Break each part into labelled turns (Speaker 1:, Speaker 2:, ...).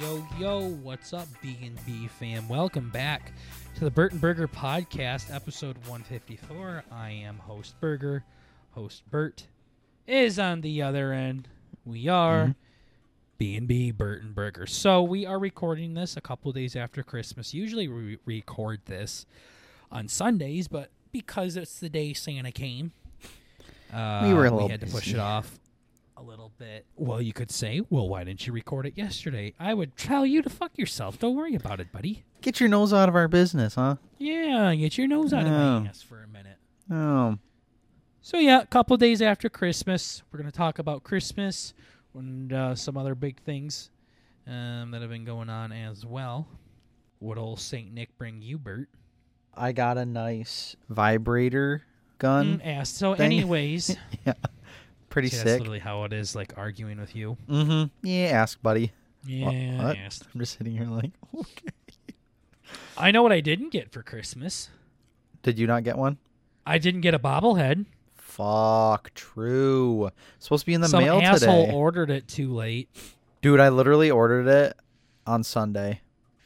Speaker 1: yo, yo. What's up, B&B fam? Welcome back to the Burton Burger Podcast, episode 154. I am host Burger. Host Bert is on the other end. We are B&B Burton Burger. So we are recording this a couple days after Christmas. Usually we record this on Sundays, but because it's the day Santa came, uh,
Speaker 2: We were a little
Speaker 1: had to push
Speaker 2: busy.
Speaker 1: it off a little bit. Well, you could say, well, why didn't you record it yesterday? I would tell you to fuck yourself. Don't worry about it, buddy.
Speaker 2: Get your nose out of our business, huh?
Speaker 1: Yeah, get your nose out of
Speaker 2: Oh.
Speaker 1: my ass for a minute.
Speaker 2: Oh,
Speaker 1: So yeah, a couple days after Christmas, we're gonna talk about Christmas and uh, some other big things um, that have been going on as well. What old Saint Nick bring you, Bert?
Speaker 2: I got a nice vibrator gun.
Speaker 1: Mm, ass. So,
Speaker 2: thing.
Speaker 1: anyways, see,
Speaker 2: Yeah, pretty
Speaker 1: that's
Speaker 2: sick.
Speaker 1: literally how it is. Like arguing with you.
Speaker 2: Mm-hmm. Yeah, ask, buddy.
Speaker 1: Yeah,
Speaker 2: what?
Speaker 1: ass.
Speaker 2: I'm just sitting here like, okay.
Speaker 1: I know what I didn't get for Christmas.
Speaker 2: Did you not get one?
Speaker 1: I didn't get a bobblehead.
Speaker 2: Fuck, true. supposed to be in the
Speaker 1: Some
Speaker 2: mail
Speaker 1: asshole
Speaker 2: today,
Speaker 1: ordered it too late.
Speaker 2: dude. I literally ordered it on Sunday,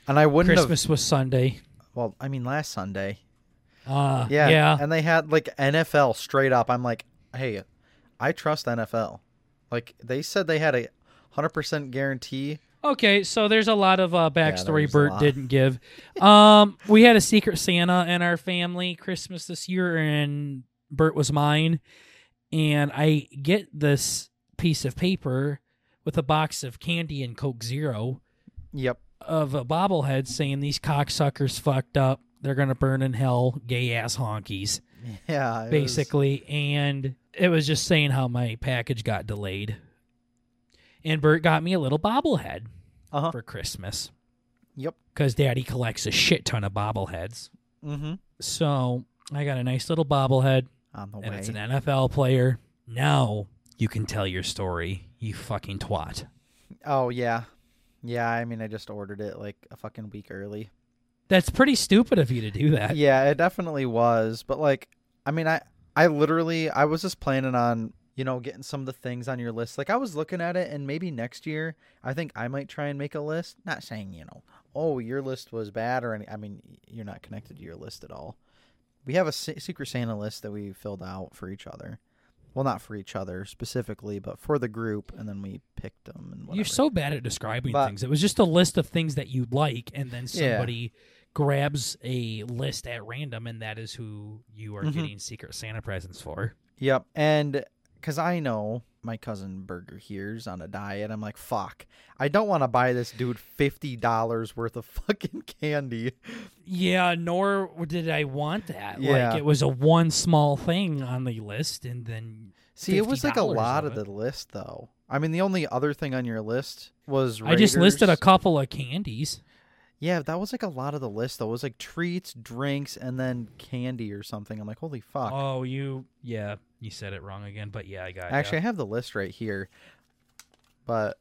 Speaker 2: and I wouldn't
Speaker 1: Christmas was Sunday.
Speaker 2: have. Well, I mean, last Sunday.
Speaker 1: Uh,
Speaker 2: Yeah,
Speaker 1: yeah.
Speaker 2: And they had like NFL straight up. I'm like, hey, I trust NFL. Like they said they had a hundred percent guarantee.
Speaker 1: Okay, so there's a lot of uh, backstory
Speaker 2: was a
Speaker 1: Bert
Speaker 2: lot.
Speaker 1: didn't give. Um, we had a secret Santa in our family Christmas this year, and Bert was mine. And I get this piece of paper with a box of candy and Coke Zero
Speaker 2: Yep.
Speaker 1: of a bobblehead saying these cocksuckers fucked up. They're gonna burn in hell, gay ass honkies,
Speaker 2: Yeah. it was-
Speaker 1: basically. And it was just saying how my package got delayed. And Bert got me a little bobblehead
Speaker 2: Uh-huh.
Speaker 1: for Christmas
Speaker 2: Yep.
Speaker 1: because daddy collects a shit ton of bobbleheads.
Speaker 2: Mm-hmm.
Speaker 1: So I got a nice little bobblehead,
Speaker 2: On the
Speaker 1: and
Speaker 2: way.
Speaker 1: it's an NFL player. Now you can tell your story, you fucking twat.
Speaker 2: oh yeah. Yeah, I mean I just ordered it like a fucking week early.
Speaker 1: That's pretty stupid of you to do that.
Speaker 2: Yeah, it definitely was. But like I mean I I literally I was just planning on, you know, getting some of the things on your list. Like I was looking at it and maybe next year I think I might try and make a list. Not saying, you know, oh, your list was bad or any I mean, you're not connected to your list at all. We have a se- secret Santa list that we filled out for each other. Well, not for each other specifically, but for the group, and then we picked them. And whatever.
Speaker 1: You're so bad at describing
Speaker 2: But-
Speaker 1: things. It was just a list of things that you like, and then
Speaker 2: Yeah.
Speaker 1: somebody grabs a list at random, and that is who you are
Speaker 2: Mhm.
Speaker 1: getting Secret Santa presents for.
Speaker 2: Yep. And because I know my cousin Burger here's on a diet, I'm like, fuck, I don't want to buy this dude $50 worth of fucking candy.
Speaker 1: Yeah, nor did I want that.
Speaker 2: Yeah.
Speaker 1: Like it was a one small thing on the list, and then
Speaker 2: See, it was like a
Speaker 1: $50
Speaker 2: lot
Speaker 1: of
Speaker 2: of
Speaker 1: it.
Speaker 2: the list, though. I mean, the only other thing on your list was
Speaker 1: I just listed a
Speaker 2: Raiders.
Speaker 1: couple of candies.
Speaker 2: Yeah, that was like a lot of the list, though. It was like treats, drinks, and then candy or something. I'm like, holy fuck.
Speaker 1: Oh, you yeah, you said it wrong again. But yeah, I got ya.
Speaker 2: Actually, I have the list right here. But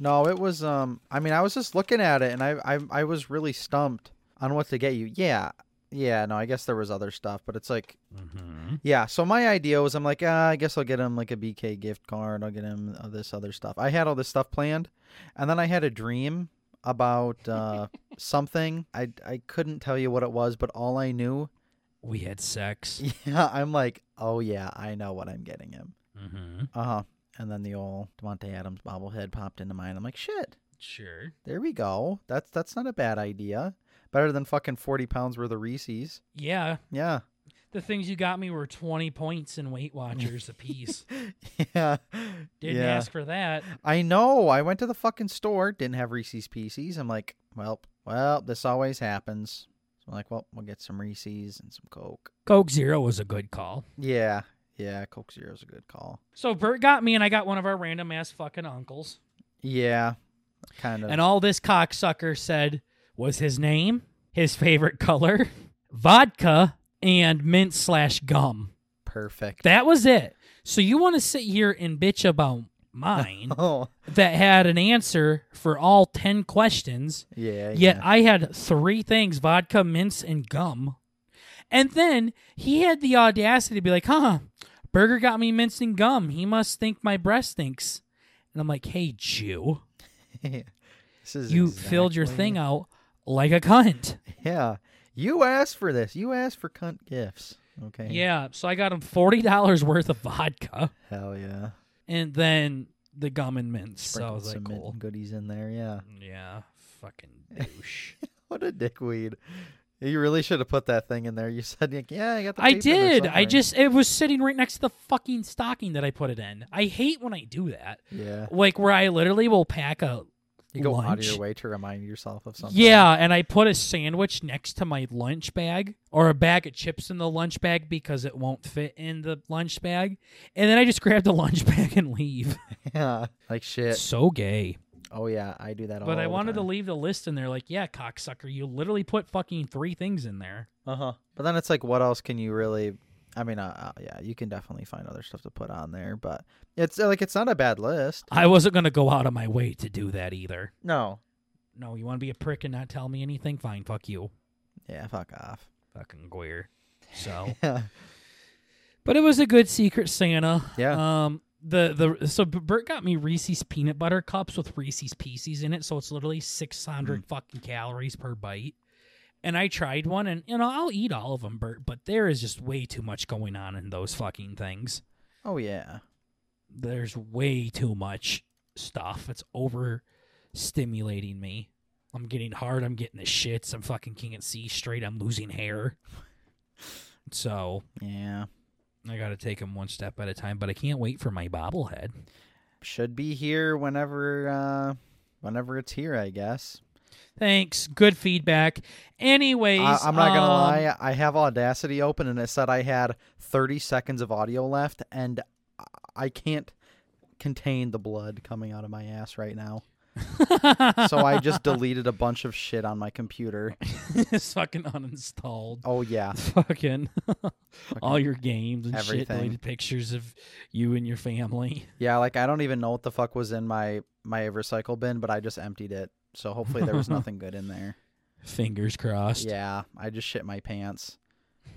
Speaker 2: no, it was um I mean, I was just looking at it and I I I was really stumped on what to get you. Yeah. Yeah, no, I guess there was other stuff, but it's like
Speaker 1: Mhm.
Speaker 2: yeah, so my idea was I'm like, ah, I guess I'll get him like a BK gift card. I'll get him uh, this other stuff. I had all this stuff planned, and then I had a dream about uh, something. I I couldn't tell you what it was, but all I knew,
Speaker 1: we had sex.
Speaker 2: yeah, I'm like, oh yeah, I know what I'm getting him.
Speaker 1: hmm
Speaker 2: Uh huh. And then the old Devonte Adams bobblehead popped into mine. I'm like, shit,
Speaker 1: Sure.
Speaker 2: there we go. That's that's not a bad idea. Better than fucking forty pounds worth of Reese's.
Speaker 1: Yeah,
Speaker 2: Yeah,
Speaker 1: the things you got me were twenty points in Weight Watchers apiece.
Speaker 2: yeah,
Speaker 1: Didn't
Speaker 2: yeah.
Speaker 1: ask for that.
Speaker 2: I know. I went to the fucking store, didn't have Reese's Pieces. I'm like, well, well, this always happens. So I'm like, well, we'll get some Reese's and some Coke.
Speaker 1: Coke Zero was a good call.
Speaker 2: Yeah, yeah, Coke Zero's a good call.
Speaker 1: So Bert got me, and I got one of our random ass fucking uncles.
Speaker 2: Yeah, kind of.
Speaker 1: And all this cocksucker said was his name, his favorite color, vodka, and mint slash gum.
Speaker 2: perfect.
Speaker 1: That was it. So you want to sit here and bitch about mine
Speaker 2: oh,
Speaker 1: that had an answer for all 10 questions,
Speaker 2: yeah,
Speaker 1: yet
Speaker 2: yeah.
Speaker 1: I had three things vodka, mints, and gum. And then he had the audacity to be like, huh, Burger got me mints and gum. He must think my breast stinks. And I'm like, hey, Jew,
Speaker 2: This is
Speaker 1: you filled your
Speaker 2: exactly-
Speaker 1: thing out like a cunt.
Speaker 2: Yeah. You asked for this. You asked for cunt gifts. Okay.
Speaker 1: Yeah, so I got him forty dollars worth of vodka,
Speaker 2: Hell yeah.
Speaker 1: and then the gum and mints. So I
Speaker 2: Sprinkled
Speaker 1: was like,
Speaker 2: some mint
Speaker 1: cool.
Speaker 2: goodies in there. Yeah.
Speaker 1: Yeah, fucking douche.
Speaker 2: What a dickweed. You really should have put that thing in there. You said, like, yeah, I got the
Speaker 1: I
Speaker 2: tape in there
Speaker 1: did. I
Speaker 2: somewhere.
Speaker 1: just it was sitting right next to the fucking stocking that I put it in. I hate when I do that.
Speaker 2: Yeah.
Speaker 1: Like where I literally will pack a
Speaker 2: You go out of your
Speaker 1: lunch.
Speaker 2: way to remind yourself of something.
Speaker 1: Yeah, and I put a sandwich next to my lunch bag or a bag of chips in the lunch bag because it won't fit in the lunch bag. And then I just grab the lunch bag and leave.
Speaker 2: Yeah. Like shit.
Speaker 1: So gay.
Speaker 2: Oh yeah, I do that all
Speaker 1: But I
Speaker 2: the
Speaker 1: wanted to
Speaker 2: time.
Speaker 1: leave the list in there like, yeah, cocksucker, you literally put fucking three things in there.
Speaker 2: Uh-huh. But then it's like what else can you really I mean, uh, uh, yeah, you can definitely find other stuff to put on there, but it's uh, like it's not a bad list.
Speaker 1: I wasn't going to go out of my way to do that either.
Speaker 2: No.
Speaker 1: No, you want to be a prick and not tell me anything? Fine, fuck you.
Speaker 2: Yeah, fuck off.
Speaker 1: Fucking queer. So,
Speaker 2: Yeah.
Speaker 1: but it was a good secret Santa.
Speaker 2: Yeah.
Speaker 1: Um, the the so B- Bert got me Reese's peanut butter cups with Reese's pieces in it, so it's literally six fucking calories per bite. And I tried one, and you know I'll eat all of them, Bert, but there is just way too much going on in those fucking things.
Speaker 2: Oh yeah.
Speaker 1: There's way too much stuff. It's over stimulating me. I'm getting hard. I'm getting the shits. I'm fucking can't see straight. I'm losing hair. So
Speaker 2: Yeah.
Speaker 1: I got to take them one step at a time. But I can't wait for my bobblehead.
Speaker 2: Should be here whenever uh whenever it's here, I guess.
Speaker 1: Thanks. Good feedback. Anyways,
Speaker 2: I, am not gonna
Speaker 1: um,
Speaker 2: lie. I have Audacity open, and it said I had 30 seconds of audio left, and I- I can't contain the blood coming out of my ass right now. So I just deleted a bunch of shit on my computer.
Speaker 1: it's fucking uninstalled.
Speaker 2: Oh yeah,
Speaker 1: Fucking, all your games and shit,
Speaker 2: everything.
Speaker 1: deleted pictures of you and your family.
Speaker 2: yeah. Like I don't even know what the fuck was in my my recycle bin, but I just emptied it. So hopefully there was nothing good in there.
Speaker 1: Fingers crossed.
Speaker 2: Yeah, I just shit my pants.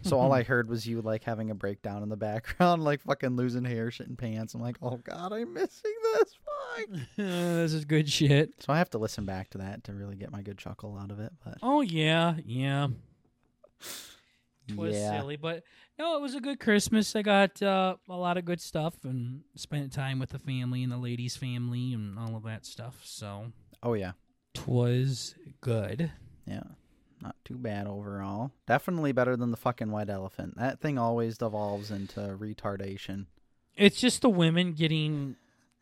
Speaker 2: So all I heard was you like having a breakdown in the background, like fucking losing hair, shitting pants. I'm like, oh god, I'm missing this. Why?
Speaker 1: Uh, this is good shit.
Speaker 2: So I have to listen back to that to really get my good chuckle out of it. But
Speaker 1: Oh yeah, yeah. Twas
Speaker 2: yeah,
Speaker 1: silly, but no, it was a good Christmas. I got uh, a lot of good stuff and spent time with the family and the ladies' family and all of that stuff. So
Speaker 2: oh yeah,
Speaker 1: twas good.
Speaker 2: yeah, not too bad overall. Definitely better than the fucking white elephant. That thing always devolves into retardation.
Speaker 1: It's just the women getting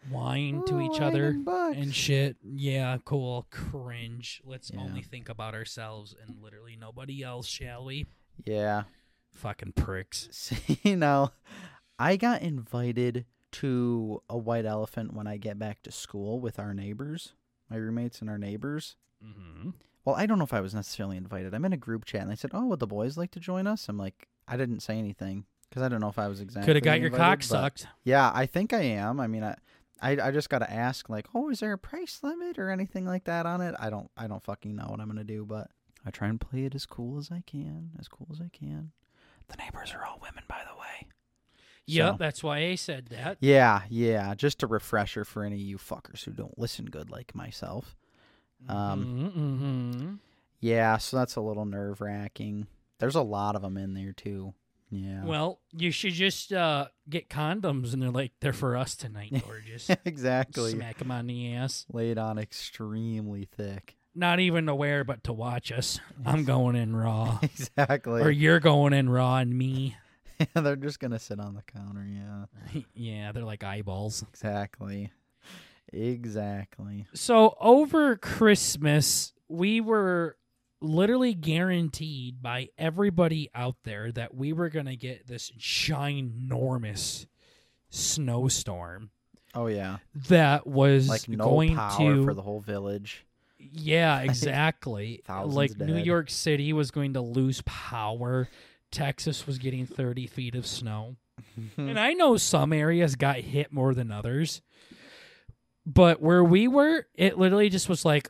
Speaker 1: wine to each other and shit. Yeah, cool. Cringe. Let's
Speaker 2: Yeah.
Speaker 1: only think about ourselves and literally nobody else, shall we?
Speaker 2: yeah.
Speaker 1: Fucking pricks.
Speaker 2: See now, I got invited to a white elephant when I get back to school with our neighbors, my roommates and our neighbors.
Speaker 1: Mm-hmm.
Speaker 2: Well, I don't know if I was necessarily invited. I'm in a group chat and they said, "Oh, would the boys like to join us?" I'm like, I didn't say anything because I don't know if I was exactly.
Speaker 1: Could have got your
Speaker 2: invited,
Speaker 1: cock
Speaker 2: but-
Speaker 1: sucked.
Speaker 2: Yeah, I think I am. I mean, I, I, I just got to ask, like, oh, is there a price limit or anything like that on it? I don't, I don't fucking know what I'm gonna do, but I try and play it as cool as I can, as cool as I can. The neighbors are all women, by the way.
Speaker 1: Yep,
Speaker 2: So-
Speaker 1: that's why I said that.
Speaker 2: Yeah, yeah. Just a refresher for any of you fuckers who don't listen good like myself. Um,
Speaker 1: Um,
Speaker 2: yeah. So that's a little nerve wracking. There's a lot of them in there too. Yeah.
Speaker 1: Well, you should just uh, get condoms, and they're like they're for us tonight, gorgeous.
Speaker 2: exactly.
Speaker 1: Smack them on the ass.
Speaker 2: Laid on extremely thick.
Speaker 1: Not even to wear, but to watch us. I'm going in raw,
Speaker 2: exactly.
Speaker 1: or you're going in raw, and me.
Speaker 2: Yeah, they're just gonna sit on the counter. Yeah,
Speaker 1: yeah, they're like eyeballs.
Speaker 2: exactly, exactly.
Speaker 1: So over Christmas, we were literally guaranteed by everybody out there that we were going to get this ginormous snowstorm
Speaker 2: Oh yeah,
Speaker 1: that was
Speaker 2: like no
Speaker 1: going
Speaker 2: power
Speaker 1: to
Speaker 2: for the whole village.
Speaker 1: yeah exactly
Speaker 2: thousands
Speaker 1: like new
Speaker 2: dead.
Speaker 1: york city was going to lose power texas was getting 30 feet of snow
Speaker 2: Mm.
Speaker 1: and I know some areas got hit more than others, but where we were, it literally just was like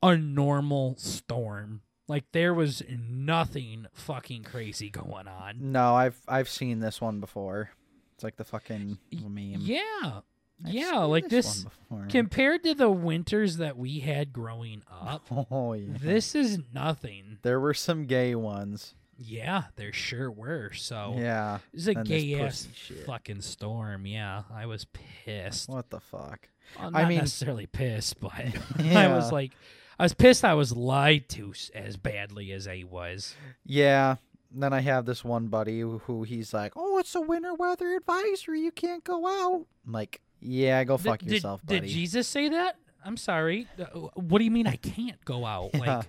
Speaker 1: a normal storm. Like there was nothing fucking crazy going on.
Speaker 2: no, I've I've seen this one before. It's like the fucking meme.
Speaker 1: Yeah.
Speaker 2: I've
Speaker 1: Yeah,
Speaker 2: seen
Speaker 1: like this
Speaker 2: one before.
Speaker 1: Compared to the winters that we had growing up,
Speaker 2: Oh yeah.
Speaker 1: this is nothing.
Speaker 2: There were some gay ones.
Speaker 1: Yeah, there sure were. So
Speaker 2: Yeah.
Speaker 1: it was a
Speaker 2: and this
Speaker 1: gay ass
Speaker 2: pussy shit.
Speaker 1: fucking storm. Yeah, I was pissed.
Speaker 2: What the fuck?
Speaker 1: Well,
Speaker 2: I
Speaker 1: not
Speaker 2: mean-
Speaker 1: necessarily pissed, but I
Speaker 2: Yeah.
Speaker 1: was like, I was pissed. I was lied to s- as badly as I was.
Speaker 2: Yeah. Then I have this one buddy who- who he's like, "Oh, it's a winter weather advisory. You can't go out." I'm like, "Yeah, go
Speaker 1: Th-
Speaker 2: fuck
Speaker 1: did,
Speaker 2: yourself,
Speaker 1: did
Speaker 2: buddy."
Speaker 1: Jesus say that? I'm sorry. Uh, What do you mean I can't go out?
Speaker 2: Yeah.
Speaker 1: Like,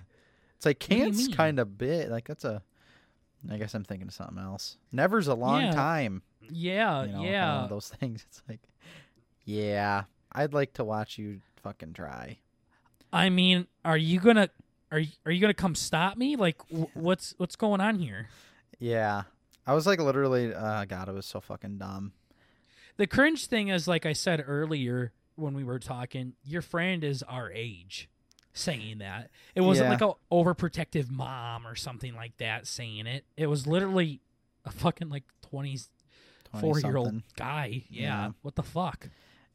Speaker 2: it's like
Speaker 1: do you
Speaker 2: can't's
Speaker 1: mean?
Speaker 2: kind of bit like that's a. I guess I'm thinking of something else. Never's a long
Speaker 1: Yeah.
Speaker 2: time.
Speaker 1: yeah,
Speaker 2: you know, kinda one
Speaker 1: yeah.
Speaker 2: of those things. It's like, yeah, I'd like to watch you fucking try.
Speaker 1: I mean, are you gonna are you, are you gonna come stop me? Like, wh- what's what's going on here?
Speaker 2: Yeah, I was like literally, uh, God, it was so fucking dumb.
Speaker 1: The cringe thing is, like I said earlier when we were talking, your friend is our age saying that. It wasn't
Speaker 2: Yeah.
Speaker 1: like a overprotective mom or something like that saying it. It was literally a fucking like 24 year
Speaker 2: 20-something.
Speaker 1: old guy. Yeah.
Speaker 2: Yeah.
Speaker 1: What the fuck?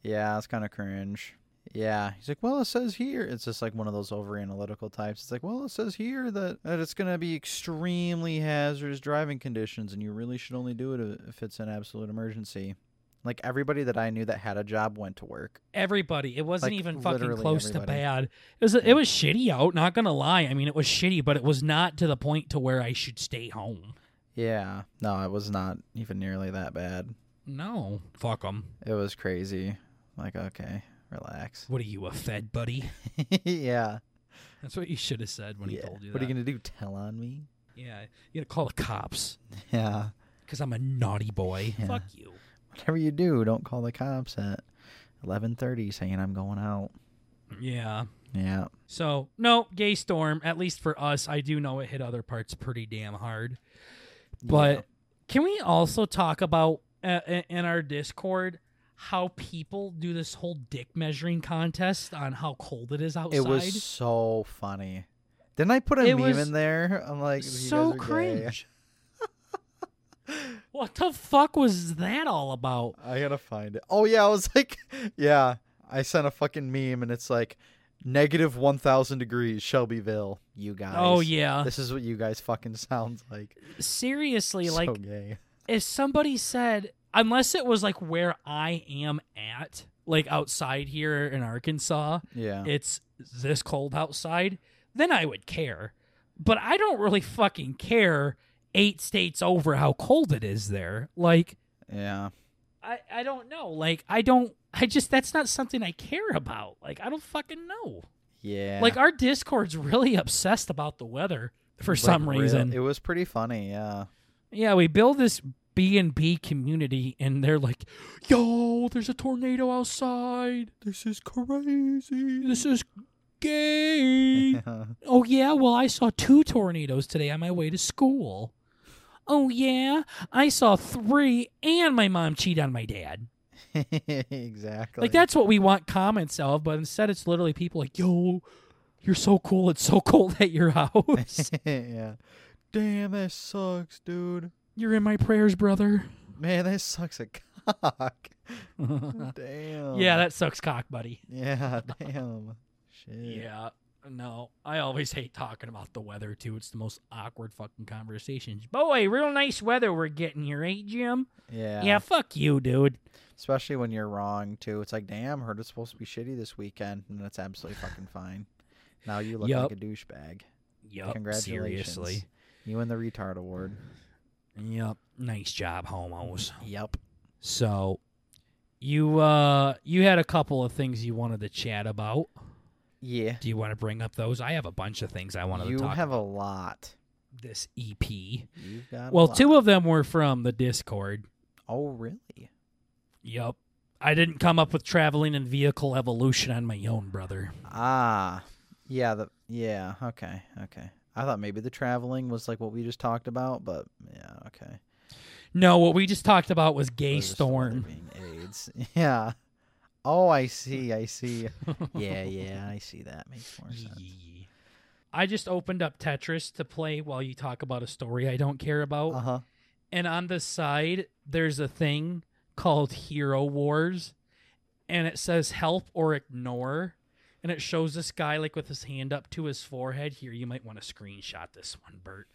Speaker 2: Yeah, it's kind of cringe. Yeah, he's like, well, it says here. It's just like one of those over analytical types. It's like, well, it says here that, that it's going to be extremely hazardous driving conditions, and you really should only do it if it's an absolute emergency. Like everybody that I knew that had a job went to work.
Speaker 1: Everybody. It wasn't
Speaker 2: Like,
Speaker 1: even fucking
Speaker 2: literally
Speaker 1: close to
Speaker 2: everybody.
Speaker 1: bad. It was it was shitty out, not gonna lie. I mean it was shitty, but it was not to the point to where I should stay home.
Speaker 2: Yeah, no, it was not even nearly that bad.
Speaker 1: No. Fuck them.
Speaker 2: It was crazy. Like, okay, relax.
Speaker 1: What are you, a fed buddy?
Speaker 2: yeah.
Speaker 1: That's what you should have said when he
Speaker 2: yeah.
Speaker 1: told you
Speaker 2: what
Speaker 1: that.
Speaker 2: are you gonna do? Tell on me?
Speaker 1: Yeah, you gotta call the cops
Speaker 2: Yeah.
Speaker 1: because I'm a naughty boy.
Speaker 2: Yeah.
Speaker 1: Fuck you.
Speaker 2: Whatever you do, don't call the cops at eleven thirty saying I'm going out.
Speaker 1: Yeah.
Speaker 2: Yeah.
Speaker 1: So no gay storm. At least for us, I do know it hit other parts pretty damn hard. But can we also talk about uh, i- in our Discord how people do this whole dick measuring contest on how cold it is outside?
Speaker 2: it was so funny. Didn't I put a
Speaker 1: It
Speaker 2: meme
Speaker 1: was
Speaker 2: in there? I'm like, "You guys
Speaker 1: so
Speaker 2: are gay."
Speaker 1: cringe. what the fuck was that all about?
Speaker 2: I gotta find it. Oh yeah, I was like, yeah, I sent a fucking meme and it's like negative one thousand degrees Shelbyville. You guys.
Speaker 1: Oh yeah,
Speaker 2: This is what you guys fucking sound like.
Speaker 1: seriously,
Speaker 2: so
Speaker 1: like
Speaker 2: gay.
Speaker 1: if somebody said unless it was like where I am at, like outside here in Arkansas,
Speaker 2: Yeah.
Speaker 1: it's this cold outside, then I would care. But I don't really fucking care eight states over how cold it is there. Like
Speaker 2: yeah.
Speaker 1: I I don't know. Like I don't I just that's not something I care about. Like I don't fucking know.
Speaker 2: Yeah.
Speaker 1: Like our Discord's really obsessed about the weather for
Speaker 2: Like,
Speaker 1: some
Speaker 2: real-
Speaker 1: reason.
Speaker 2: It was pretty funny, yeah.
Speaker 1: Yeah, we build this B and B community, and they're like, "Yo, there's a tornado outside.
Speaker 2: This is crazy.
Speaker 1: This is gay." oh yeah, well I saw two tornadoes today on my way to school. Oh yeah, I saw three, and my mom cheated on my dad.
Speaker 2: exactly.
Speaker 1: Like that's what we want comments of, but instead it's literally people like, "Yo, you're so cool. It's so cold at your house.
Speaker 2: yeah. Damn, that sucks, dude.
Speaker 1: you're in my prayers, brother."
Speaker 2: Man, that sucks a cock. Damn.
Speaker 1: yeah, that sucks, cock buddy.
Speaker 2: Yeah, damn. Shit.
Speaker 1: Yeah. No, I always hate talking about the weather too. It's the most awkward fucking conversations. Boy, real nice weather we're getting here, ain't Jim?
Speaker 2: Yeah.
Speaker 1: Yeah, fuck you, dude.
Speaker 2: Especially when you're wrong too. It's like, damn, heard it's supposed to be shitty this weekend, and it's absolutely fucking fine. Now you look
Speaker 1: Yup.
Speaker 2: like a douchebag.
Speaker 1: Yup.
Speaker 2: Congratulations.
Speaker 1: Seriously.
Speaker 2: You win the retard award.
Speaker 1: Yup. Nice job, homos.
Speaker 2: Yep.
Speaker 1: So, you uh, you had a couple of things you wanted to chat about.
Speaker 2: Yeah.
Speaker 1: Do you want to bring up those? I have a bunch of things I wanted
Speaker 2: you
Speaker 1: to talk
Speaker 2: have a lot.
Speaker 1: this EP.
Speaker 2: You've got a
Speaker 1: Well,
Speaker 2: lot.
Speaker 1: two of them were from the Discord.
Speaker 2: Oh, really?
Speaker 1: Yup. I didn't come up with traveling and vehicle evolution on my own, brother.
Speaker 2: Ah, yeah. The yeah. Okay. Okay. I thought maybe the traveling was like what we just talked about, but yeah. Okay.
Speaker 1: No, what we just talked about was gay
Speaker 2: Or just the weather
Speaker 1: storm.
Speaker 2: being AIDS. yeah. Oh, I see. I see. yeah. Yeah. I see. That makes more sense.
Speaker 1: Yee. I just opened up Tetris to play while you talk about a story I don't care about.
Speaker 2: Uh huh.
Speaker 1: And on the side, there's a thing called Hero Wars. and it says help or ignore and it shows this guy like with his hand up to his forehead here you might want to screenshot this one bert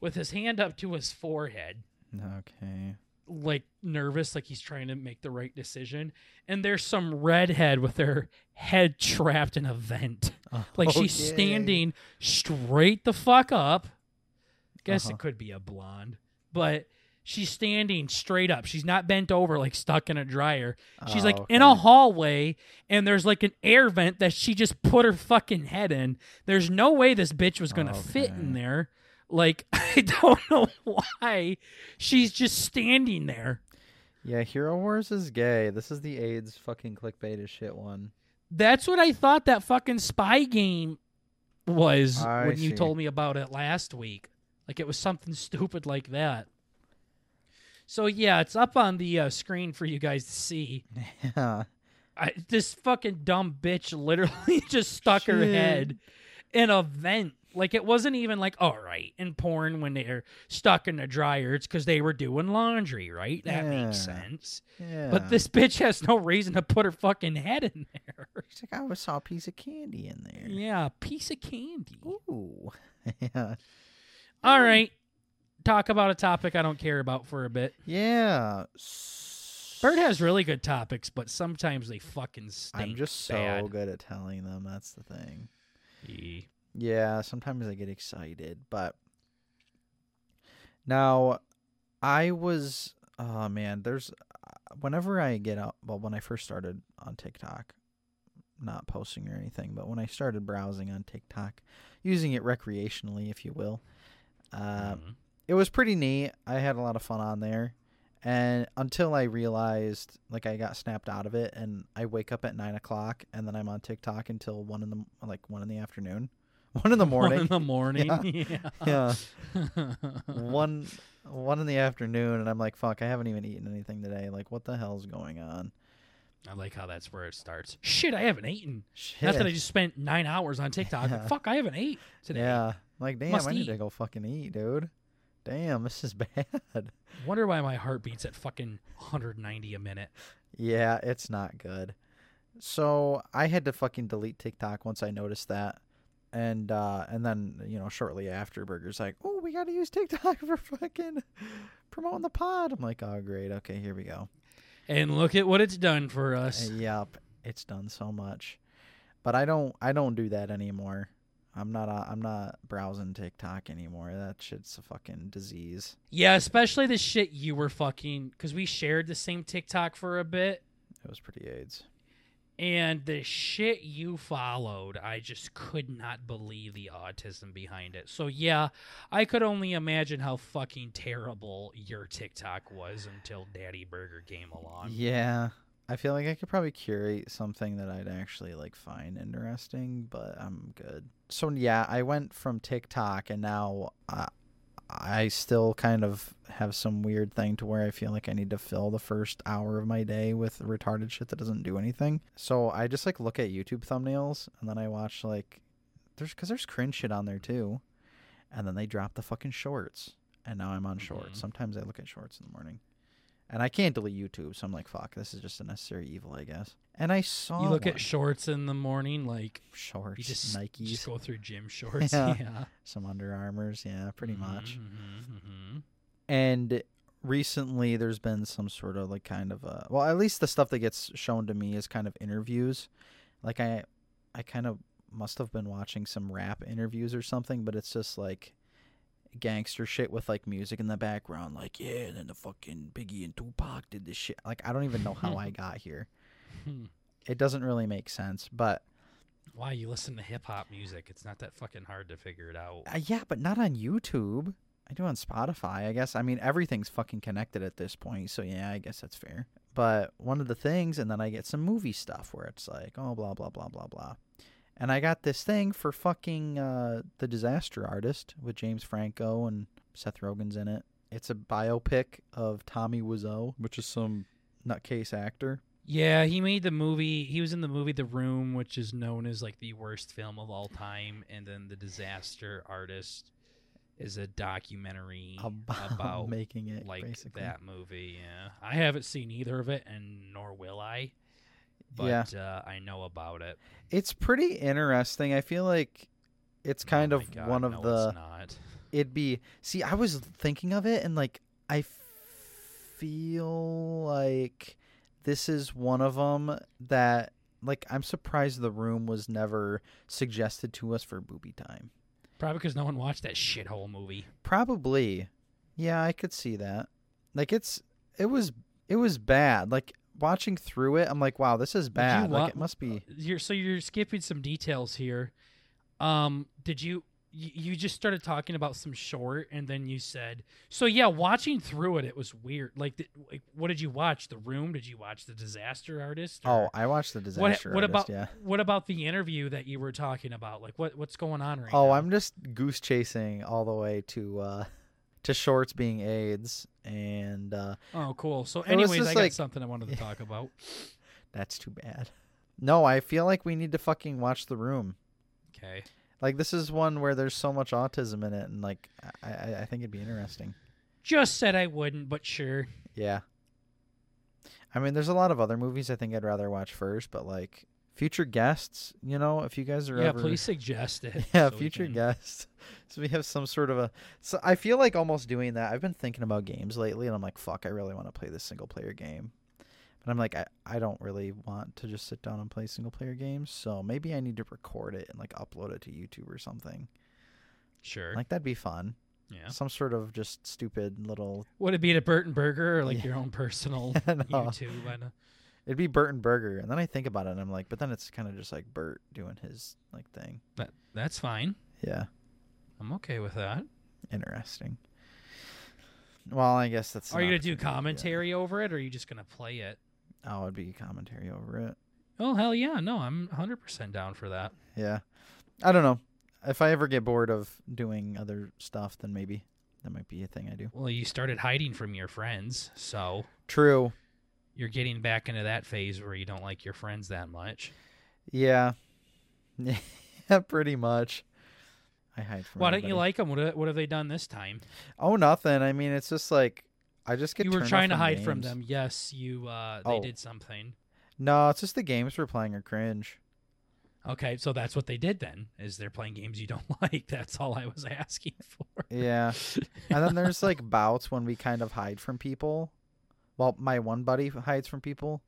Speaker 1: with his hand up to his forehead
Speaker 2: Okay.
Speaker 1: like nervous, like he's trying to make the right decision. And there's some redhead with her head trapped in a vent. Like she's
Speaker 2: Okay.
Speaker 1: standing straight the fuck up. Guess
Speaker 2: Uh-huh.
Speaker 1: it could be a blonde, but she's standing straight up. She's not bent over like stuck in a dryer. She's
Speaker 2: Oh,
Speaker 1: like
Speaker 2: okay.
Speaker 1: in a hallway and there's like an air vent that she just put her fucking head in. There's no way this bitch was going to fit in
Speaker 2: Okay.
Speaker 1: there. Like I don't know why she's just standing there.
Speaker 2: Yeah, Hero Wars is gay. This is the AIDS fucking clickbait as shit one.
Speaker 1: That's what I thought that fucking spy game was
Speaker 2: I
Speaker 1: when you
Speaker 2: see.
Speaker 1: told me about it last week. Like it was something stupid like that. So yeah, it's up on the uh, screen for you guys to see.
Speaker 2: Yeah.
Speaker 1: I, this fucking dumb bitch literally just stuck her
Speaker 2: Shit.
Speaker 1: head in a vent. Like it wasn't even like, all right, in porn when they're stuck in the dryer, it's because they were doing laundry, right? That makes
Speaker 2: Yeah.
Speaker 1: sense.
Speaker 2: yeah.
Speaker 1: But this bitch has no reason to put her fucking head in there.
Speaker 2: She's like, I always saw a piece of candy in there.
Speaker 1: yeah, piece of candy.
Speaker 2: Ooh. yeah.
Speaker 1: All right, talk about a topic I don't care about for a bit.
Speaker 2: Yeah.
Speaker 1: Bird has really good topics, but sometimes they fucking stink.
Speaker 2: I'm just so
Speaker 1: bad.
Speaker 2: good at telling them. That's the thing.
Speaker 1: Yeah.
Speaker 2: Yeah, sometimes I get excited, but now I was oh man, there's uh, whenever I get up, well when I first started on TikTok, not posting or anything, but when I started browsing on TikTok, using it recreationally, if you will, uh,
Speaker 1: Mhm.
Speaker 2: it was pretty neat. I had a lot of fun on there. And until I realized, like, I got snapped out of it, and I wake up at nine o'clock, and then I'm on TikTok until one in the like one in the afternoon, one in the
Speaker 1: One
Speaker 2: morning,
Speaker 1: in the morning.
Speaker 2: yeah,
Speaker 1: yeah.
Speaker 2: one one in the afternoon, and I'm like, fuck, I haven't even eaten anything today. Like, what the hell's going on?
Speaker 1: I like how that's where it starts. Shit, I haven't eaten.
Speaker 2: Shit.
Speaker 1: Not that I just spent nine hours on TikTok. but
Speaker 2: Yeah.
Speaker 1: Fuck, I haven't ate today.
Speaker 2: Yeah, like, damn,
Speaker 1: Must
Speaker 2: I need
Speaker 1: eat.
Speaker 2: to go fucking eat, dude. Damn, this is bad.
Speaker 1: Wonder why my heart beats at fucking 190 a minute.
Speaker 2: Yeah, it's not good. So I had to fucking delete TikTok once I noticed that. And uh and then, you know, shortly after Burger's like, Oh, we gotta use TikTok for fucking promoting the pod. I'm like, Oh great, okay, here we go.
Speaker 1: And look at what it's done for
Speaker 2: Uh,
Speaker 1: us.
Speaker 2: Yep, it's done so much. But I don't I don't do that anymore. I'm not uh, I'm not browsing TikTok anymore. That shit's a fucking disease.
Speaker 1: Yeah, especially the shit you were fucking because we shared the same TikTok for a bit,
Speaker 2: It was pretty AIDS.
Speaker 1: and the shit you followed, I just could not believe the autism behind it. So yeah, I could only imagine how fucking terrible your TikTok was until Daddy Burger came along.
Speaker 2: Yeah. I feel like I could probably curate something that I'd actually like find interesting, but I'm good. So yeah, I went from TikTok and now I, I still kind of have some weird thing to where I feel like I need to fill the first hour of my day with retarded shit that doesn't do anything. So I just like look at YouTube thumbnails and then I watch like there's cuz there's cringe shit on there too. And then they drop the fucking shorts. And now I'm on
Speaker 1: Mhm.
Speaker 2: shorts. Sometimes I look at shorts in the morning. And I can't delete YouTube, so I'm like, fuck, this is just a necessary evil, I guess. And I saw
Speaker 1: You look
Speaker 2: one.
Speaker 1: at shorts in the morning, like
Speaker 2: shorts,
Speaker 1: you just
Speaker 2: Nikes,
Speaker 1: just go through gym shorts. Yeah,
Speaker 2: Yeah. some Under Armours, yeah, pretty much.
Speaker 1: Mm-hmm,
Speaker 2: And recently, there's been some sort of like kind of uh well, at least the stuff that gets shown to me is kind of interviews. Like I, I kind of must have been watching some rap interviews or something, but it's just like gangster shit with like music in the background, like yeah, and then the fucking Biggie and Tupac did this shit. Like I don't even know how I got here.
Speaker 1: hmm
Speaker 2: It doesn't really make sense, but
Speaker 1: Why you listen to hip hop music? It's not that fucking hard to figure it out.
Speaker 2: Uh, yeah, but not on YouTube. I do on Spotify, I guess. I mean, everything's fucking connected at this point, so yeah, I guess that's fair. But one of the things, and then I get some movie stuff where it's like, oh, blah, blah, blah, blah, blah. And I got this thing for fucking uh, The Disaster Artist with James Franco and Seth Rogen's in it. It's a biopic of Tommy Wiseau, which is some nutcase actor.
Speaker 1: Yeah, he made the movie. He was in the movie The Room, which is known as like the worst film of all time, and then The Disaster Artist is a documentary
Speaker 2: About,
Speaker 1: about
Speaker 2: making it
Speaker 1: like
Speaker 2: basically.
Speaker 1: that movie. Yeah, I haven't seen either of it, and nor will I. but uh, I know about it.
Speaker 2: It's pretty interesting. I feel like it's kind
Speaker 1: Oh my
Speaker 2: of
Speaker 1: God,
Speaker 2: one of
Speaker 1: no, it's
Speaker 2: the
Speaker 1: not.
Speaker 2: it'd be see i was thinking of it and like i feel like this is one of them that like i'm surprised the room was never suggested to us for booby time
Speaker 1: Probably because no one watched that shithole movie.
Speaker 2: probably yeah i could see that like it's it was it was bad like watching through it i'm like wow this is bad
Speaker 1: wa-
Speaker 2: like it must be
Speaker 1: You're so you're skipping some details here. Um, did you y- you just started talking about some short and then you said so yeah watching through it it was weird like, th- like what did you watch the room did you watch the disaster artist
Speaker 2: oh
Speaker 1: or-
Speaker 2: i watched the
Speaker 1: what
Speaker 2: disaster
Speaker 1: what
Speaker 2: Artist,
Speaker 1: about
Speaker 2: yeah
Speaker 1: what about the interview that you were talking about like what what's going on right
Speaker 2: Oh,
Speaker 1: now?
Speaker 2: I'm just goose chasing all the way to uh to shorts being AIDS and uh
Speaker 1: oh cool so
Speaker 2: It was
Speaker 1: anyways
Speaker 2: just
Speaker 1: i got
Speaker 2: like-
Speaker 1: something i wanted to talk about
Speaker 2: that's too bad. No, I feel like we need to fucking watch the room.
Speaker 1: okay
Speaker 2: Like this is one where there's so much autism in it and like I I, I think it'd be interesting.
Speaker 1: just said i wouldn't but sure
Speaker 2: Yeah. I mean, there's a lot of other movies I think I'd rather watch first, but like future guests, you know, if you guys are
Speaker 1: yeah
Speaker 2: ever
Speaker 1: please suggest it
Speaker 2: Yeah,
Speaker 1: so we
Speaker 2: future
Speaker 1: can-
Speaker 2: guests. So we have some sort of a. So I feel like almost doing that. I've been thinking about games lately, and I'm like, fuck, I really want to play this single player game. But I'm like, I, I don't really want to just sit down and play single player games. So maybe I need to record it and like upload it to YouTube or something.
Speaker 1: sure
Speaker 2: Like that'd be fun.
Speaker 1: yeah
Speaker 2: Some sort of just stupid little.
Speaker 1: Would it be to Burton Burger or like
Speaker 2: Yeah. Uh-huh.
Speaker 1: your own personal
Speaker 2: No.
Speaker 1: YouTube? I know.
Speaker 2: It'd be Bert and Burger, and then I think about it, and I'm like, but then it's kind of just like Bert doing his like thing.
Speaker 1: That that's fine.
Speaker 2: Yeah,
Speaker 1: I'm okay with that.
Speaker 2: interesting. Well, I guess that's.
Speaker 1: are
Speaker 2: an
Speaker 1: you gonna do
Speaker 2: opportunity, yeah.
Speaker 1: commentary over it, or are you just gonna play it?
Speaker 2: Oh, it'd be commentary over it.
Speaker 1: Oh hell yeah! No, I'm 100 percent down for that.
Speaker 2: Yeah. I don't know. If I ever get bored of doing other stuff, then maybe that might be a thing I do.
Speaker 1: Well, you started hiding from your friends, so
Speaker 2: True.
Speaker 1: you're getting back into that phase where you don't like your friends that much.
Speaker 2: Yeah. Yeah, pretty much. I hide from.
Speaker 1: Why don't you
Speaker 2: everybody.
Speaker 1: like them? What, have- what have they done this time?
Speaker 2: Oh, nothing. I mean, it's just like I just get.
Speaker 1: you were
Speaker 2: turned off
Speaker 1: trying to hide from
Speaker 2: games.
Speaker 1: them. Yes, you. Uh, they
Speaker 2: Oh.
Speaker 1: did something.
Speaker 2: No, it's just the games we're playing are cringe.
Speaker 1: Okay, so that's what they did then. Is they're playing games you don't like? That's all I was asking for.
Speaker 2: Yeah. and then there's like bouts when we kind of hide from people. Well, my one buddy hides from people,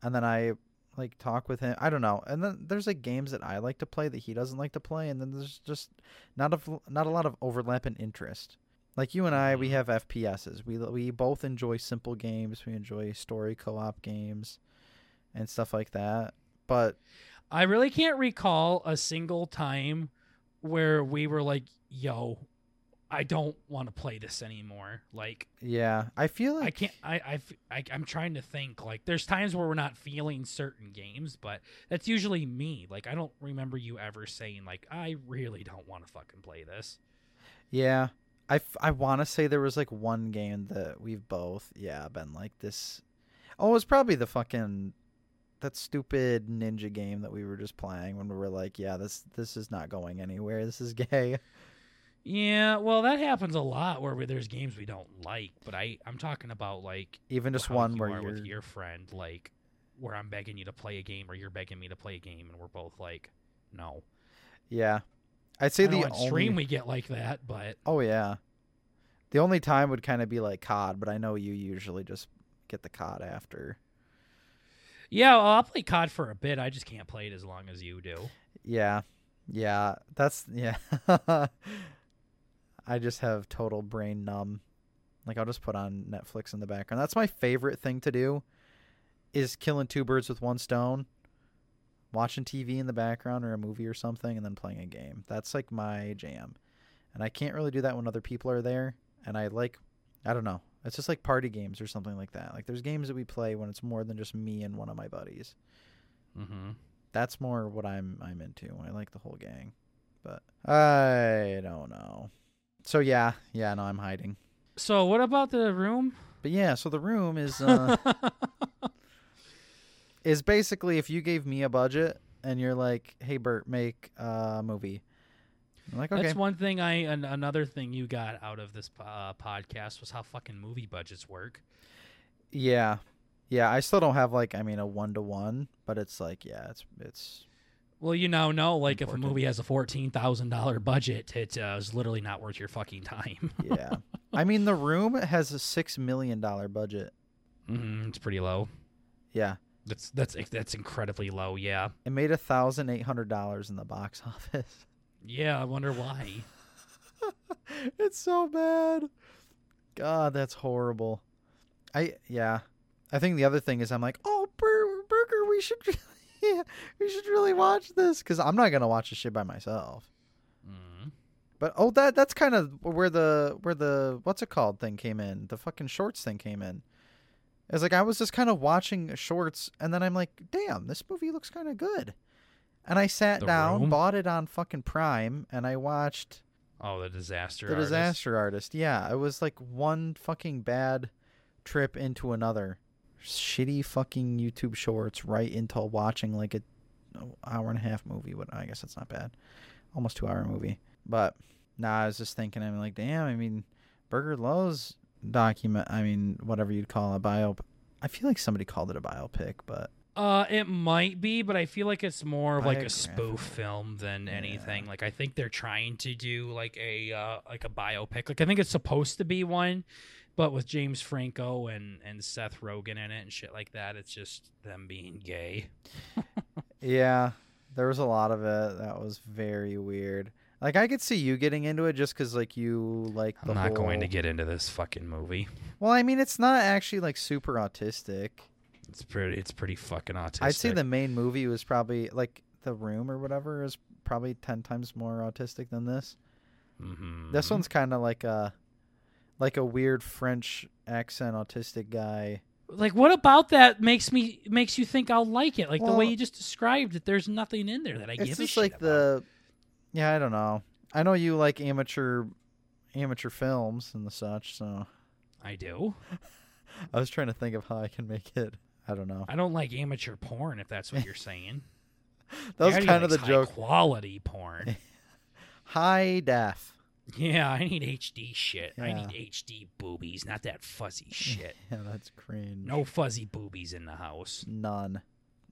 Speaker 2: and then I like talk with him. I don't know. And then there's like games that I like to play that he doesn't like to play, and then there's just not of not a lot of overlap in interest. Like you and I, we
Speaker 1: Mhm.
Speaker 2: have FPSs. We we both enjoy simple games. We enjoy story co-op games, and stuff like that. But
Speaker 1: I really can't recall a single time where we were like, "Yo, I don't want to play this anymore." Like,
Speaker 2: yeah, I feel like
Speaker 1: I can't. I, I, f- I am trying to think. Like, there's times where we're not feeling certain games, but that's usually me. Like, I don't remember you ever saying like, "I really don't want to fucking play this."
Speaker 2: Yeah. I, f- I want to say there was like one game that we've both, yeah, been like this. Oh, it was probably the fucking that stupid ninja game that we were just playing when we were like, yeah, this this is not going anywhere. This is gay.
Speaker 1: Yeah, well, that happens a lot where we, there's games we don't like. But I, I'm talking about like
Speaker 2: Even just
Speaker 1: how
Speaker 2: one
Speaker 1: you
Speaker 2: where
Speaker 1: are
Speaker 2: you're
Speaker 1: with your friend, like where I'm begging you to play a game or you're begging me to play a game, and we're both like, "No."
Speaker 2: Yeah. I'd say
Speaker 1: I know
Speaker 2: the
Speaker 1: on
Speaker 2: only
Speaker 1: stream we get like that, but
Speaker 2: Oh yeah. The only time would kind of be like COD, but I know you usually just get the COD after.
Speaker 1: yeah, well, I'll play COD for a bit. I just can't play it as long as you do.
Speaker 2: Yeah. Yeah. That's yeah. I just have total brain numb. Like I'll just put on Netflix in the background. That's my favorite thing to do is killing two birds with one stone. Watching TV in the background or a movie or something and then playing a game. That's like my jam. And I can't really do that when other people are there and I like I don't know. It's just like party games or something like that. Like there's games that we play when it's more than just me and one of my buddies
Speaker 1: Mm-hmm.
Speaker 2: that's more what I'm I'm into. I like the whole gang, but I don't know. So yeah, yeah, no, I'm hiding.
Speaker 1: So, what about the room?
Speaker 2: But yeah, so the room is uh, is basically if you gave me a budget and you're like, hey Bert, make a movie. I'm like, okay,
Speaker 1: That's one thing I an, another thing you got out of this po- uh, podcast was how fucking movie budgets work.
Speaker 2: yeah, Yeah, I still don't have like I mean a one to one, but it's like yeah, it's it's
Speaker 1: Well, you now know, like, if a
Speaker 2: Important.
Speaker 1: movie has a fourteen thousand dollar budget, it uh, is literally not worth your fucking time.
Speaker 2: yeah. I mean, The Room has a six million dollar budget.
Speaker 1: mm, it's pretty low.
Speaker 2: Yeah,
Speaker 1: That's that's that's incredibly low. Yeah,
Speaker 2: it made a thousand eight hundred dollars in the box office.
Speaker 1: yeah. I wonder why.
Speaker 2: it's so bad. God, that's horrible. I yeah. I think the other thing is I'm like, oh, Bur- Burger, we should, really, yeah, we should really watch this because I'm not gonna watch this shit by myself.
Speaker 1: Mm.
Speaker 2: But oh, that that's kind of where the where the what's it called thing came in. The fucking shorts thing came in. It's like I was just kind of watching shorts, and then I'm like, damn, this movie looks kind of good. And I sat
Speaker 1: The
Speaker 2: down,
Speaker 1: Room?
Speaker 2: bought it on fucking Prime, and I watched
Speaker 1: Oh, the disaster.
Speaker 2: the
Speaker 1: artist.
Speaker 2: disaster artist. Yeah, it was like one fucking bad trip into another. Shitty fucking YouTube shorts right into watching like a oh, hour and a half movie. What I guess that's not bad. Almost two hour movie. But nah, I was just thinking. I'm like, damn. I mean, Burger Lowe's document. I mean, whatever you'd call a bio. I feel like somebody called it a biopic, but
Speaker 1: Uh, it might be, but I feel like it's more of like a spoof
Speaker 2: Biographical.
Speaker 1: film than anything.
Speaker 2: Yeah.
Speaker 1: Like I think they're trying to do like a uh, like a biopic. Like I think it's supposed to be one, but with James Franco and and Seth Rogen in it and shit like that. It's just them being gay.
Speaker 2: Yeah, there was a lot of it that was very weird. Like I could see you getting into it just because like you like.
Speaker 1: I'm
Speaker 2: the
Speaker 1: not going to
Speaker 2: whole-
Speaker 1: get into this fucking movie.
Speaker 2: Well, I mean, it's not actually like super autistic.
Speaker 1: It's pretty. It's pretty fucking autistic.
Speaker 2: I'd say the main movie was probably like The Room or whatever is probably ten times more autistic than this.
Speaker 1: Mhm.
Speaker 2: This one's kind of like a like a weird French accent autistic guy.
Speaker 1: like what about that makes me makes you think I'll like it? Like the way
Speaker 2: Well,
Speaker 1: you just described it. There's nothing in there that I
Speaker 2: it's
Speaker 1: give a
Speaker 2: just
Speaker 1: shit
Speaker 2: like
Speaker 1: about.
Speaker 2: the yeah, I don't know. I know you like amateur amateur films and the such, so
Speaker 1: I do.
Speaker 2: I was trying to think of how I can make it. I don't know.
Speaker 1: I don't like amateur porn if that's what you're saying.
Speaker 2: That was
Speaker 1: Daddy
Speaker 2: kind of the
Speaker 1: likes high
Speaker 2: joke.
Speaker 1: Quality porn.
Speaker 2: High def.
Speaker 1: yeah, I need HD shit. I
Speaker 2: Yeah.
Speaker 1: need HD boobies, not that fuzzy shit.
Speaker 2: Yeah, that's cringe.
Speaker 1: No fuzzy boobies in the house.
Speaker 2: None.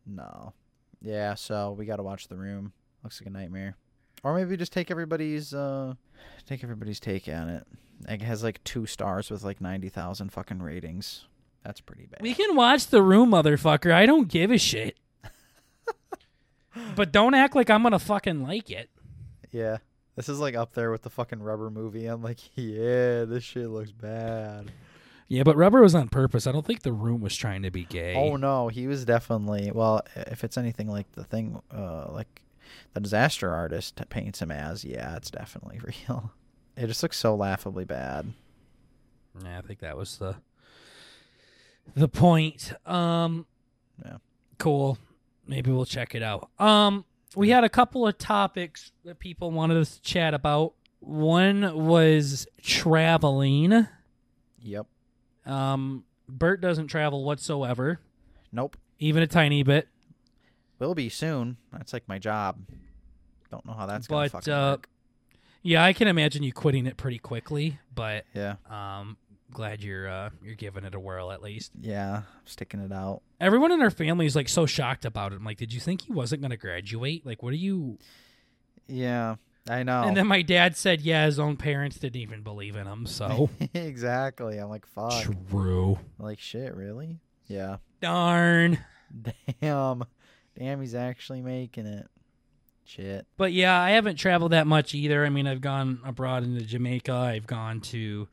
Speaker 2: No. Yeah, so we gotta watch the room. Looks like a nightmare. Or maybe just take everybody's uh take everybody's take on it. It has like two stars with like ninety thousand fucking ratings. That's pretty bad.
Speaker 1: We can watch the room, motherfucker. I don't give a shit. but don't act like I'm gonna fucking like it.
Speaker 2: yeah. This is like up there with the fucking rubber movie. I'm like, yeah, this shit looks bad.
Speaker 1: Yeah, but rubber was on purpose. I don't think the room was trying to be gay.
Speaker 2: Oh no, he was definitely well. If it's anything like the thing, uh, like the disaster artist paints him as, yeah, it's definitely real. It just looks so laughably bad.
Speaker 1: Yeah, I think that was the the point. Um
Speaker 2: Yeah.
Speaker 1: cool. Maybe we'll check it out. Um we had a couple of topics that people wanted us to chat about. One was traveling.
Speaker 2: Yep.
Speaker 1: Um Bert doesn't travel whatsoever,
Speaker 2: Nope.
Speaker 1: even a tiny bit.
Speaker 2: Will be soon. That's like my job. Don't know how that's gonna
Speaker 1: but
Speaker 2: fucking
Speaker 1: uh
Speaker 2: work.
Speaker 1: yeah, I can imagine you quitting it pretty quickly, but
Speaker 2: Yeah.
Speaker 1: um glad you're uh you're giving it a whirl at least.
Speaker 2: Yeah. I'm sticking it out.
Speaker 1: everyone in our family is like so shocked about it. I'm like, did you think he wasn't going to graduate? Like, what are you?
Speaker 2: Yeah. I know.
Speaker 1: And then my dad said, yeah, his own parents didn't even believe in him. So
Speaker 2: exactly. I'm like, fuck.
Speaker 1: true.
Speaker 2: Like shit, really? Yeah.
Speaker 1: Darn.
Speaker 2: Damn. Damn, he's actually making it. Shit.
Speaker 1: But yeah, I haven't traveled that much either. I mean, I've gone abroad into Jamaica. I've gone to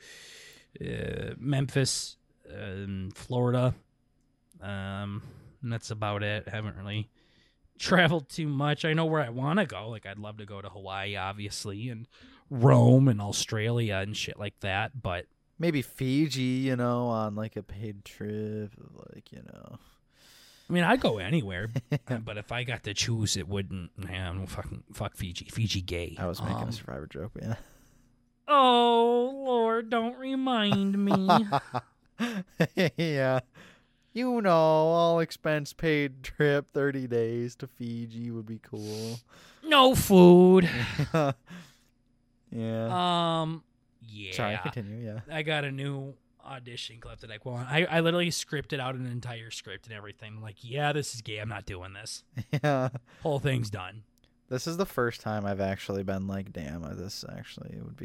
Speaker 1: uh, Memphis, um, Florida. Um, and that's about it. I haven't really traveled too much. I know where I want to go. Like, I'd love to go to Hawaii, obviously, and Rome and Australia and shit like that. But
Speaker 2: Maybe Fiji, you know, on like a paid trip, like, you know.
Speaker 1: I mean, I'd go anywhere. Uh, but if I got to choose, it wouldn't. Man, fucking fuck Fiji. Fiji gay.
Speaker 2: I was making
Speaker 1: Um,
Speaker 2: a survivor joke, man.
Speaker 1: Oh Lord, don't remind me.
Speaker 2: yeah. You know, all expense paid trip, 30 days to Fiji would be cool.
Speaker 1: no food.
Speaker 2: yeah.
Speaker 1: Um, yeah.
Speaker 2: Sorry, continue. Yeah.
Speaker 1: I got a new audition clip that I well, I, I literally scripted out an entire script and everything. like, yeah, this is gay. I'm not doing this.
Speaker 2: Yeah.
Speaker 1: Whole thing's done.
Speaker 2: This is the first time I've actually been like, damn, uh, this actually would be